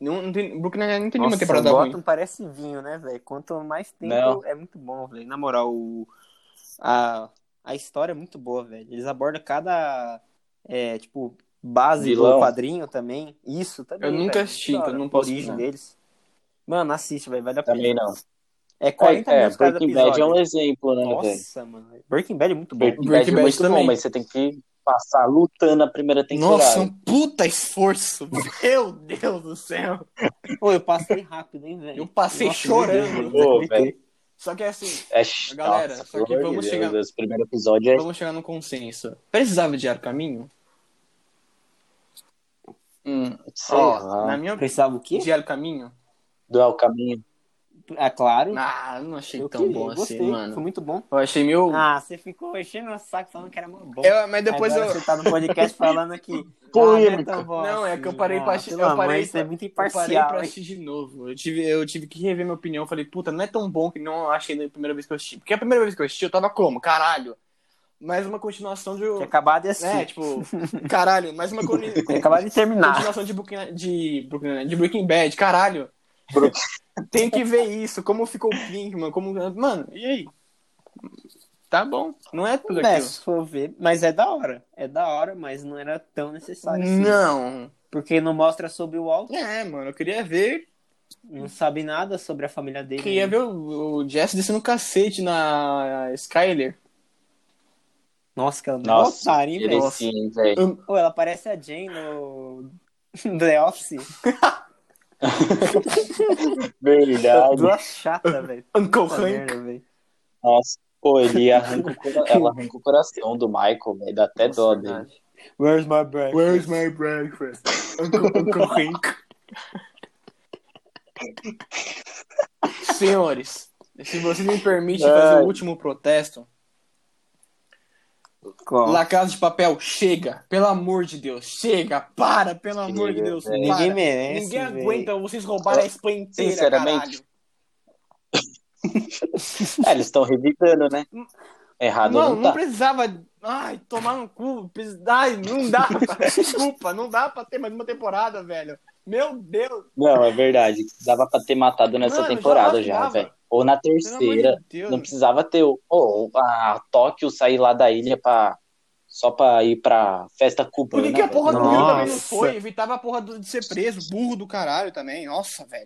Speaker 1: Não, não tem, Brooklyn Nine-Nine não tem nenhuma
Speaker 3: Nossa,
Speaker 1: temporada
Speaker 3: Gotham
Speaker 1: ruim.
Speaker 3: parece vinho, né, velho? Quanto mais tempo,
Speaker 2: Não.
Speaker 3: é muito bom, velho. Na moral, o- a... a história é muito boa, velho. Eles abordam cada, é, tipo, base
Speaker 2: Vilão.
Speaker 3: do quadrinho também. Isso, também,
Speaker 1: Eu nunca
Speaker 3: velho. é
Speaker 1: assisti,
Speaker 3: Muito da
Speaker 1: então
Speaker 3: hora.
Speaker 1: não posso
Speaker 3: Origem
Speaker 1: opinar.
Speaker 3: deles. Mano, assiste, velho, vale a pena.
Speaker 2: Também não.
Speaker 3: É 40
Speaker 2: é, é,
Speaker 3: minutos cada
Speaker 2: Breaking Bad é
Speaker 3: episódio.
Speaker 2: um exemplo, né, velho?
Speaker 3: Nossa, mano. Breaking Bad é muito bom.
Speaker 2: Breaking Bad é
Speaker 1: Bad
Speaker 2: muito
Speaker 1: também.
Speaker 2: bom, mas você tem que passar lutando a primeira temporada.
Speaker 1: Nossa, um puta esforço. [laughs] Meu Deus do céu.
Speaker 3: Ô, eu passei rápido, hein, velho.
Speaker 1: Eu passei
Speaker 3: Nossa, meu Deus,
Speaker 1: chorando.
Speaker 3: velho.
Speaker 2: Pô, velho,
Speaker 1: Só que é assim,
Speaker 2: é chato.
Speaker 1: Galera, só que vamos chegar-
Speaker 2: Deus, o primeiro episódio é...
Speaker 1: vamos chegar num consenso. Precisava de ar caminho? Hum,
Speaker 2: sei
Speaker 1: Ó, né?
Speaker 2: lá,
Speaker 1: na minha opinião.
Speaker 3: Pensava o quê?
Speaker 1: Diário Caminho?
Speaker 2: do El é Caminho.
Speaker 3: Ah, claro.
Speaker 1: Ah, eu não achei
Speaker 3: eu
Speaker 1: tão
Speaker 3: queria,
Speaker 1: bom
Speaker 3: gostei.
Speaker 1: assim,
Speaker 3: Foi
Speaker 1: mano.
Speaker 3: muito bom.
Speaker 1: Eu achei meio.
Speaker 3: Ah, você ficou enchendo o saco falando que era muito bom.
Speaker 1: Eu- mas depois
Speaker 3: Agora
Speaker 1: eu.
Speaker 3: Você tá no
Speaker 1: [laughs]
Speaker 3: podcast falando que.
Speaker 2: Polêmica.
Speaker 3: Ah, não é tão bom
Speaker 1: Não, é que eu parei
Speaker 3: ah,
Speaker 1: pra-
Speaker 3: pelo
Speaker 1: eu
Speaker 3: amor,
Speaker 1: parei
Speaker 3: Isso é muito
Speaker 1: eu
Speaker 3: imparcial.
Speaker 1: parei pra
Speaker 3: hein?
Speaker 1: assistir de novo. Eu tive, eu tive que rever minha opinião. Eu falei, puta, não é tão bom que não achei da primeira vez que eu assisti. Porque a primeira vez que eu assisti, eu tava como? Caralho. Mais uma continuação de.
Speaker 3: Tinha acabado de assistir.
Speaker 1: É, tipo, caralho, mais uma
Speaker 3: [laughs]
Speaker 1: coni-
Speaker 3: Tinha acabado
Speaker 1: [laughs]
Speaker 3: de terminar.
Speaker 1: continuação de Brooklyn, de, Brooklyn- de Breaking Bad, caralho.
Speaker 2: Brooklyn.
Speaker 1: Tem que ver isso, como ficou o Pinkman, como. Mano, e aí? Tá bom, não é tudo
Speaker 3: É,
Speaker 1: aquilo.
Speaker 3: se for ver, mas é da hora. É da hora, mas não era tão necessário. assim.
Speaker 1: Não.
Speaker 3: Porque não mostra sobre o Walt,
Speaker 1: É, mano, eu queria ver.
Speaker 3: não sabe nada sobre a família dele.
Speaker 1: Eu queria ver o, o Jess descendo um cacete na Skyler.
Speaker 3: Nossa, que ela
Speaker 2: Nossa,
Speaker 3: Otária, hein, velho?
Speaker 2: mereci, hein, velho.
Speaker 3: Ô, ela parece a Jane no [laughs] no The Office.
Speaker 1: [laughs]
Speaker 2: Verdade.
Speaker 3: Duas chatas, velho.
Speaker 1: Uncle
Speaker 3: Puta
Speaker 1: Hank.
Speaker 3: merda, velho.
Speaker 2: Nossa, pô, ele arranca o cora- ela arranca o coração do Michael, velho. Dá
Speaker 3: É
Speaker 2: até dó dele.
Speaker 1: é verdade.
Speaker 3: Where's my breath?
Speaker 1: Where's my breakfast? Uncle, Uncle Hank. Senhores, se vocês me permitem fazer o último protesto.
Speaker 3: Qual?
Speaker 1: La Casa de Papel, chega, pelo amor de Deus, chega, para, pelo amor de Deus,
Speaker 2: velho.
Speaker 1: para.
Speaker 3: Ninguém merece.
Speaker 1: Ninguém
Speaker 3: velho.
Speaker 1: aguenta, vocês roubaram a Espanha inteira,
Speaker 2: Sinceramente,
Speaker 1: caralho.
Speaker 2: É, eles estão revidando, né? Errado
Speaker 1: Hum. Não,
Speaker 2: não,
Speaker 1: não,
Speaker 2: tá.
Speaker 1: precisava. Ai, tomar no cu. pres- Ai, não
Speaker 2: [laughs]
Speaker 1: dá. Desculpa, não dá pra ter mais uma temporada, velho. Meu Deus.
Speaker 2: Não, é verdade. Dava pra ter matado nessa
Speaker 1: Mano, já
Speaker 2: temporada já,
Speaker 1: lascava.
Speaker 2: velho. Ou na
Speaker 1: Pelo amor
Speaker 2: terceira.
Speaker 1: de Deus.
Speaker 2: Não precisava ter o ou a Tóquio sair lá da ilha pra, só pra ir pra festa
Speaker 1: Por
Speaker 2: cubana. né?
Speaker 1: que, que a
Speaker 2: velho?
Speaker 1: porra do Rio também não
Speaker 3: Nossa.
Speaker 1: foi? Evitava a porra do- de ser preso. Burro do caralho também. Nossa, velho.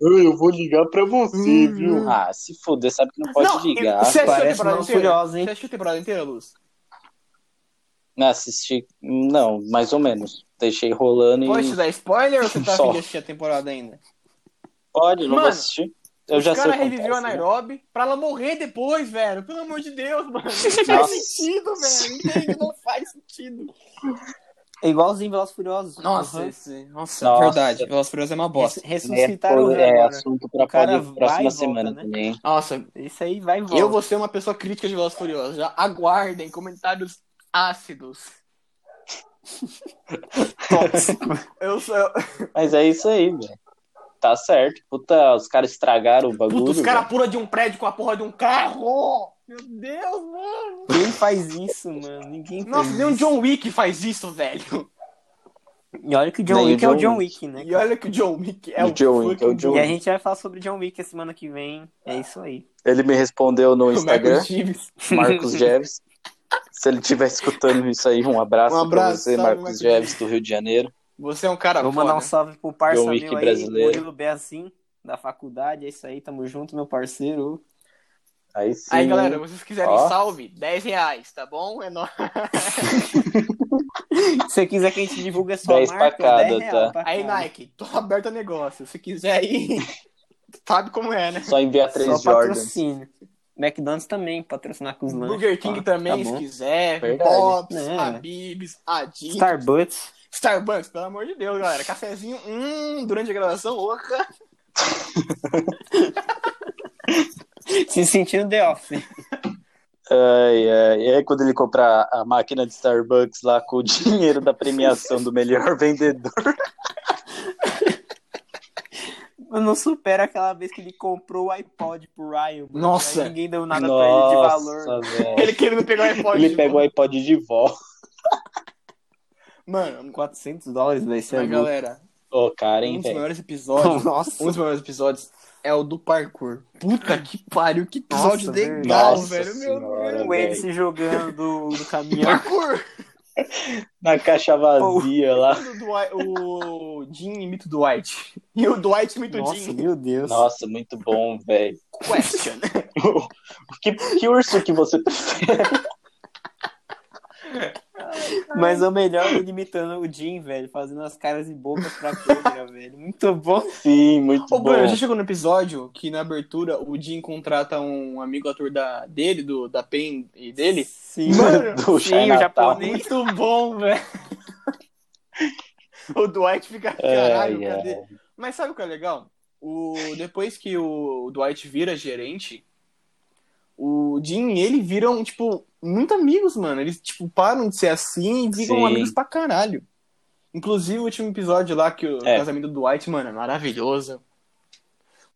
Speaker 2: Eu vou ligar pra você,
Speaker 1: Hum. viu?
Speaker 2: Ah, se fuder, sabe que não pode
Speaker 1: Não,
Speaker 2: ligar.
Speaker 1: eu- sério.
Speaker 3: Parece
Speaker 1: temporada
Speaker 3: não
Speaker 1: inteira.
Speaker 3: furiosa, hein?
Speaker 1: Você assistiu a temporada inteira, Luz?
Speaker 2: Não assisti, não, mais ou menos. Deixei rolando
Speaker 1: Pode
Speaker 2: e.
Speaker 1: te dar spoiler ou você tá afim
Speaker 2: Só.
Speaker 1: de assistir a temporada
Speaker 3: [laughs]
Speaker 1: ainda?
Speaker 2: Pode, não vou
Speaker 1: Mano,
Speaker 2: assistir. Eu já
Speaker 1: Os
Speaker 2: sei. o
Speaker 1: caras
Speaker 2: que
Speaker 1: reviveu a
Speaker 2: acontece, né?
Speaker 1: Nairobi pra ela morrer depois, velho. Pelo amor de Deus, mano. Não faz
Speaker 2: [laughs] Nossa.
Speaker 1: sentido, velho. Entende? Não faz sentido.
Speaker 3: É igualzinho Velozes e Furiosos.
Speaker 1: Nossa,
Speaker 3: Uhum.
Speaker 1: esse- nossa,
Speaker 2: Nossa.
Speaker 1: verdade. Velozes e Furiosos é uma bosta.
Speaker 3: Res- Ressuscitaram o
Speaker 2: É, é
Speaker 3: agora.
Speaker 2: assunto pra
Speaker 3: O cara
Speaker 2: pode- próxima
Speaker 3: vai e volta,
Speaker 2: semana
Speaker 3: né?
Speaker 2: também.
Speaker 1: Nossa,
Speaker 3: Isso aí vai e volta.
Speaker 1: é, eu vou ser uma pessoa crítica de Velozes e Furiosos. Já aguardem comentários ácidos. Eu sou...
Speaker 2: Mas é isso aí, velho. Tá certo. Puta, os caras estragaram o bagulho.
Speaker 1: Puta, os
Speaker 2: velho.
Speaker 1: caras pulam de um prédio com a porra de um carro! Meu Deus, mano!
Speaker 3: Quem faz isso, mano? Ninguém faz
Speaker 1: Nossa, nem
Speaker 3: isso.
Speaker 1: o John Wick faz isso, velho.
Speaker 3: E olha que o John
Speaker 2: Nem o
Speaker 3: Wick é o
Speaker 2: John
Speaker 3: John Wick, né?
Speaker 1: E olha que o John Wick é
Speaker 2: O
Speaker 1: o,
Speaker 2: John Wick é o
Speaker 1: fucking
Speaker 2: John
Speaker 1: John
Speaker 3: E a gente vai falar sobre John Wick a semana que vem. É isso aí.
Speaker 2: Ele me respondeu no
Speaker 1: Wick, [laughs] o
Speaker 2: Instagram,
Speaker 1: Michael Gibbs.
Speaker 3: [laughs]
Speaker 2: Marcos Jeves. Se ele estiver escutando isso aí, um abraço,
Speaker 1: Um
Speaker 2: pra
Speaker 1: abraço,
Speaker 2: você,
Speaker 1: sabe,
Speaker 2: Marcos
Speaker 1: Marcos
Speaker 2: Jeves, do Rio de Janeiro.
Speaker 1: Você é um cara
Speaker 3: Vou mandar um
Speaker 1: foda.
Speaker 3: salve pro parça
Speaker 2: John Wick
Speaker 3: meu aí,
Speaker 2: brasileiro.
Speaker 3: Murilo Beazin, da faculdade. É isso aí, tamo junto, meu parceiro.
Speaker 2: Aí sim.
Speaker 1: Aí, galera, vocês quiserem
Speaker 2: Ó.
Speaker 1: salve, 10 reais, tá bom? É nóis.
Speaker 3: Se você quiser que a gente divulgue a sua
Speaker 2: 10 pra
Speaker 3: marca,
Speaker 2: cada,
Speaker 3: 10 real
Speaker 2: tá?
Speaker 3: pra
Speaker 1: Aí,
Speaker 3: cada.
Speaker 1: Nike, tô aberto a negócio. Se quiser aí, [laughs] sabe como é, né?
Speaker 2: Só enviar três
Speaker 3: Só
Speaker 2: Jordans.
Speaker 3: patrocínio. McDonald's também, patrocinar com os lanches.
Speaker 1: Burger King
Speaker 3: pá.
Speaker 1: também,
Speaker 3: né? Tá
Speaker 1: se
Speaker 3: bom.
Speaker 1: quiser.
Speaker 2: Verdade.
Speaker 1: Bob's,
Speaker 3: É.
Speaker 1: Habib's, Adidas.
Speaker 3: Starbucks.
Speaker 1: Starbucks, pelo amor de Deus, galera. Cafezinho, hum, durante a gravação, oca.
Speaker 3: Se sentindo The Office.
Speaker 2: Ai, ai. E aí, quando ele comprar a máquina de Starbucks lá com o [laughs] dinheiro da premiação
Speaker 1: [laughs]
Speaker 2: do melhor vendedor.
Speaker 3: Eu não supero aquela vez que ele comprou o iPod pro Ryan. mano.
Speaker 1: Nossa.
Speaker 3: Aí ninguém deu nada pra ele de valor.
Speaker 2: Nossa, velho.
Speaker 1: Ele querendo pegar o iPod. tipo,
Speaker 2: Ele
Speaker 1: de
Speaker 2: pegou o
Speaker 1: volta.
Speaker 2: iPod de volta.
Speaker 1: Mano,
Speaker 3: 400 dólares, velho. Isso é
Speaker 1: mas,
Speaker 3: louco.
Speaker 1: galera,
Speaker 2: Ô, cara,
Speaker 1: um
Speaker 2: hein,
Speaker 1: dos
Speaker 2: velho.
Speaker 1: maiores episódios. Um
Speaker 3: [laughs] Nossa.
Speaker 1: dos maiores episódios é o do parkour. Puta que pariu, que episódio
Speaker 3: Nossa,
Speaker 1: legal,
Speaker 2: velho.
Speaker 1: velho.
Speaker 2: Nossa
Speaker 1: Meu
Speaker 2: senhora,
Speaker 1: Deus.
Speaker 3: O Andy se jogando do, do caminhão.
Speaker 1: Parkour! [laughs]
Speaker 2: Na caixa vazia lá.
Speaker 1: Do Dwi- o Jim imita o Dwight. E o Dwight imita o
Speaker 3: Nossa,
Speaker 1: Jim.
Speaker 3: meu Deus.
Speaker 2: Nossa, muito bom, velho. [laughs]
Speaker 1: Question.
Speaker 2: Que, que urso que você [laughs] prefere?
Speaker 3: Mas é o melhor ele imitando o Jim, velho. Fazendo as caras e bocas pra câmera, [laughs] velho. Muito bom.
Speaker 2: Sim, muito
Speaker 1: Ô,
Speaker 2: bom.
Speaker 1: Bruno, já chegou no episódio que na abertura o Jim contrata um amigo ator da, dele, do, da Pen e
Speaker 2: [laughs]
Speaker 1: dele?
Speaker 3: Sim. [laughs]
Speaker 1: Mano,
Speaker 2: Do
Speaker 3: sim, o
Speaker 2: Chinatown.
Speaker 3: japonês.
Speaker 1: Muito bom, velho. O Dwight fica, caralho,
Speaker 2: Ai, ai.
Speaker 1: cadê? Mas sabe o que é legal? O, depois que o Dwight vira gerente, o Jim e ele viram, tipo, muito amigos, mano. Eles, tipo, param de ser assim e ficam
Speaker 2: Sim.
Speaker 1: amigos pra caralho. Inclusive, o último episódio lá, que o
Speaker 2: É.
Speaker 1: casamento do Dwight, mano, é maravilhoso.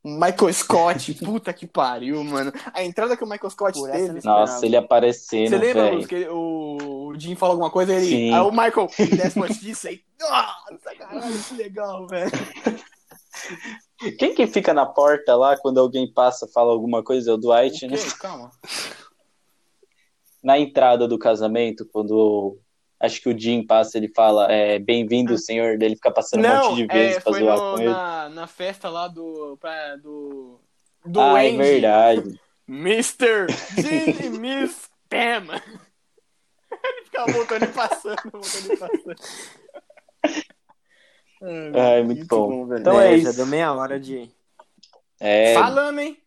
Speaker 1: O Michael
Speaker 2: [laughs]
Speaker 1: Scott, puta que pariu, mano. A entrada que o Michael Scott
Speaker 3: Por essa
Speaker 1: teve.
Speaker 3: eu não é
Speaker 2: Nossa, ele aparecendo,
Speaker 1: Você lembra Luz,
Speaker 2: velho.
Speaker 1: que ele- o Jim fala alguma coisa ele.
Speaker 2: Sim.
Speaker 1: Aí o
Speaker 2: [laughs]
Speaker 1: Michael ele desce uma justiça e. Nossa, caralho, que legal, velho.
Speaker 2: Quem que fica na porta lá quando alguém passa, fala alguma coisa? É o Dwight,
Speaker 1: O
Speaker 2: né?
Speaker 1: quê? Calma.
Speaker 2: na entrada do casamento, quando acho que o Jim passa, ele fala é, bem-vindo, senhor, dele fica passando um
Speaker 1: Ah. Não,
Speaker 2: monte de vezes
Speaker 1: é,
Speaker 2: pra
Speaker 1: foi
Speaker 2: zoar
Speaker 1: no-
Speaker 2: com ele.
Speaker 1: na, na festa lá do. Pra, do. Do
Speaker 2: ah, é
Speaker 1: Andy.
Speaker 2: verdade.
Speaker 1: Mr.
Speaker 2: [laughs]
Speaker 1: Jim e Miss Pam. [laughs] Ele ficava voltando e passando, voltando e passando.
Speaker 2: Ai, muito bom.
Speaker 1: velho.
Speaker 2: Então é
Speaker 3: Já
Speaker 2: isso.
Speaker 3: deu meia hora de.
Speaker 2: É,
Speaker 1: Falando, hein?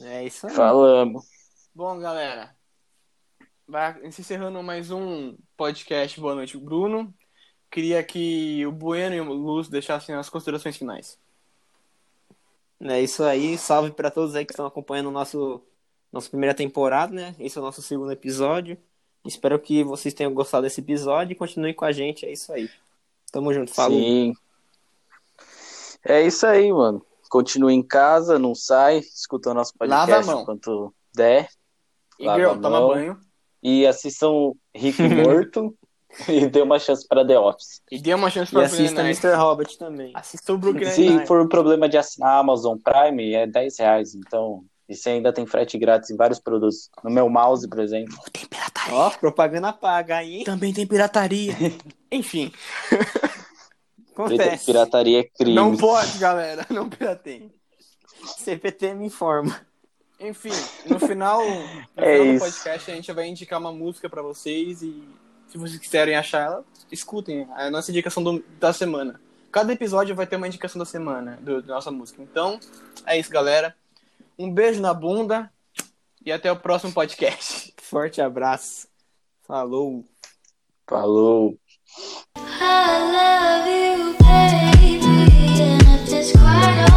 Speaker 3: É isso aí.
Speaker 2: falamos.
Speaker 1: Bom, galera. Vai encerrando mais um podcast Boa Noite, Bruno. Queria que o Bueno e o Luz deixassem as considerações finais.
Speaker 3: É isso aí, salve para todos aí que estão acompanhando o nosso nossa primeira temporada, né? Esse é o nosso segundo episódio. Espero que vocês tenham gostado desse episódio e continuem com a gente, é isso aí. Tamo junto, falou.
Speaker 2: Sim. É isso aí, mano. Continue em casa, não sai, escuta o nosso podcast
Speaker 1: Lava a mão.
Speaker 2: enquanto der.
Speaker 1: E,
Speaker 2: Lava
Speaker 1: girl,
Speaker 2: a
Speaker 1: toma
Speaker 2: mão.
Speaker 1: banho.
Speaker 2: E assistam o Rick Morto e dê uma chance para The Office.
Speaker 1: E dê uma chance
Speaker 3: E
Speaker 1: pra
Speaker 3: assista
Speaker 1: Brooklyn Nine-Nine.
Speaker 3: Mr. Hobbit também.
Speaker 1: Assista o Brooklyn
Speaker 2: Se
Speaker 1: Nine-Nine.
Speaker 2: for um problema de assinar a Amazon Prime, é 10 reais. Então, e você ainda tem frete grátis em vários produtos. No meu mouse, por exemplo.
Speaker 1: Tem pirataria.
Speaker 3: Ó, propaganda paga aí, hein?
Speaker 1: Também tem pirataria. [laughs] Enfim,
Speaker 3: Acontece.
Speaker 2: Pirataria é crime.
Speaker 1: não pode, galera. Não
Speaker 3: [laughs]
Speaker 1: pirateiem.
Speaker 3: CPT me informa.
Speaker 1: Enfim, no final, no
Speaker 2: [laughs] É
Speaker 1: final do
Speaker 2: isso.
Speaker 1: podcast a gente vai indicar uma música pra vocês e se vocês quiserem achar ela, escutem É a nossa indicação do- da semana. Cada episódio vai ter uma indicação da semana do, da nossa música. Então, é isso, galera. Um beijo na bunda e até o próximo podcast.
Speaker 3: Forte abraço. Falou.
Speaker 2: Falou.
Speaker 4: I love you, baby, and if it's quite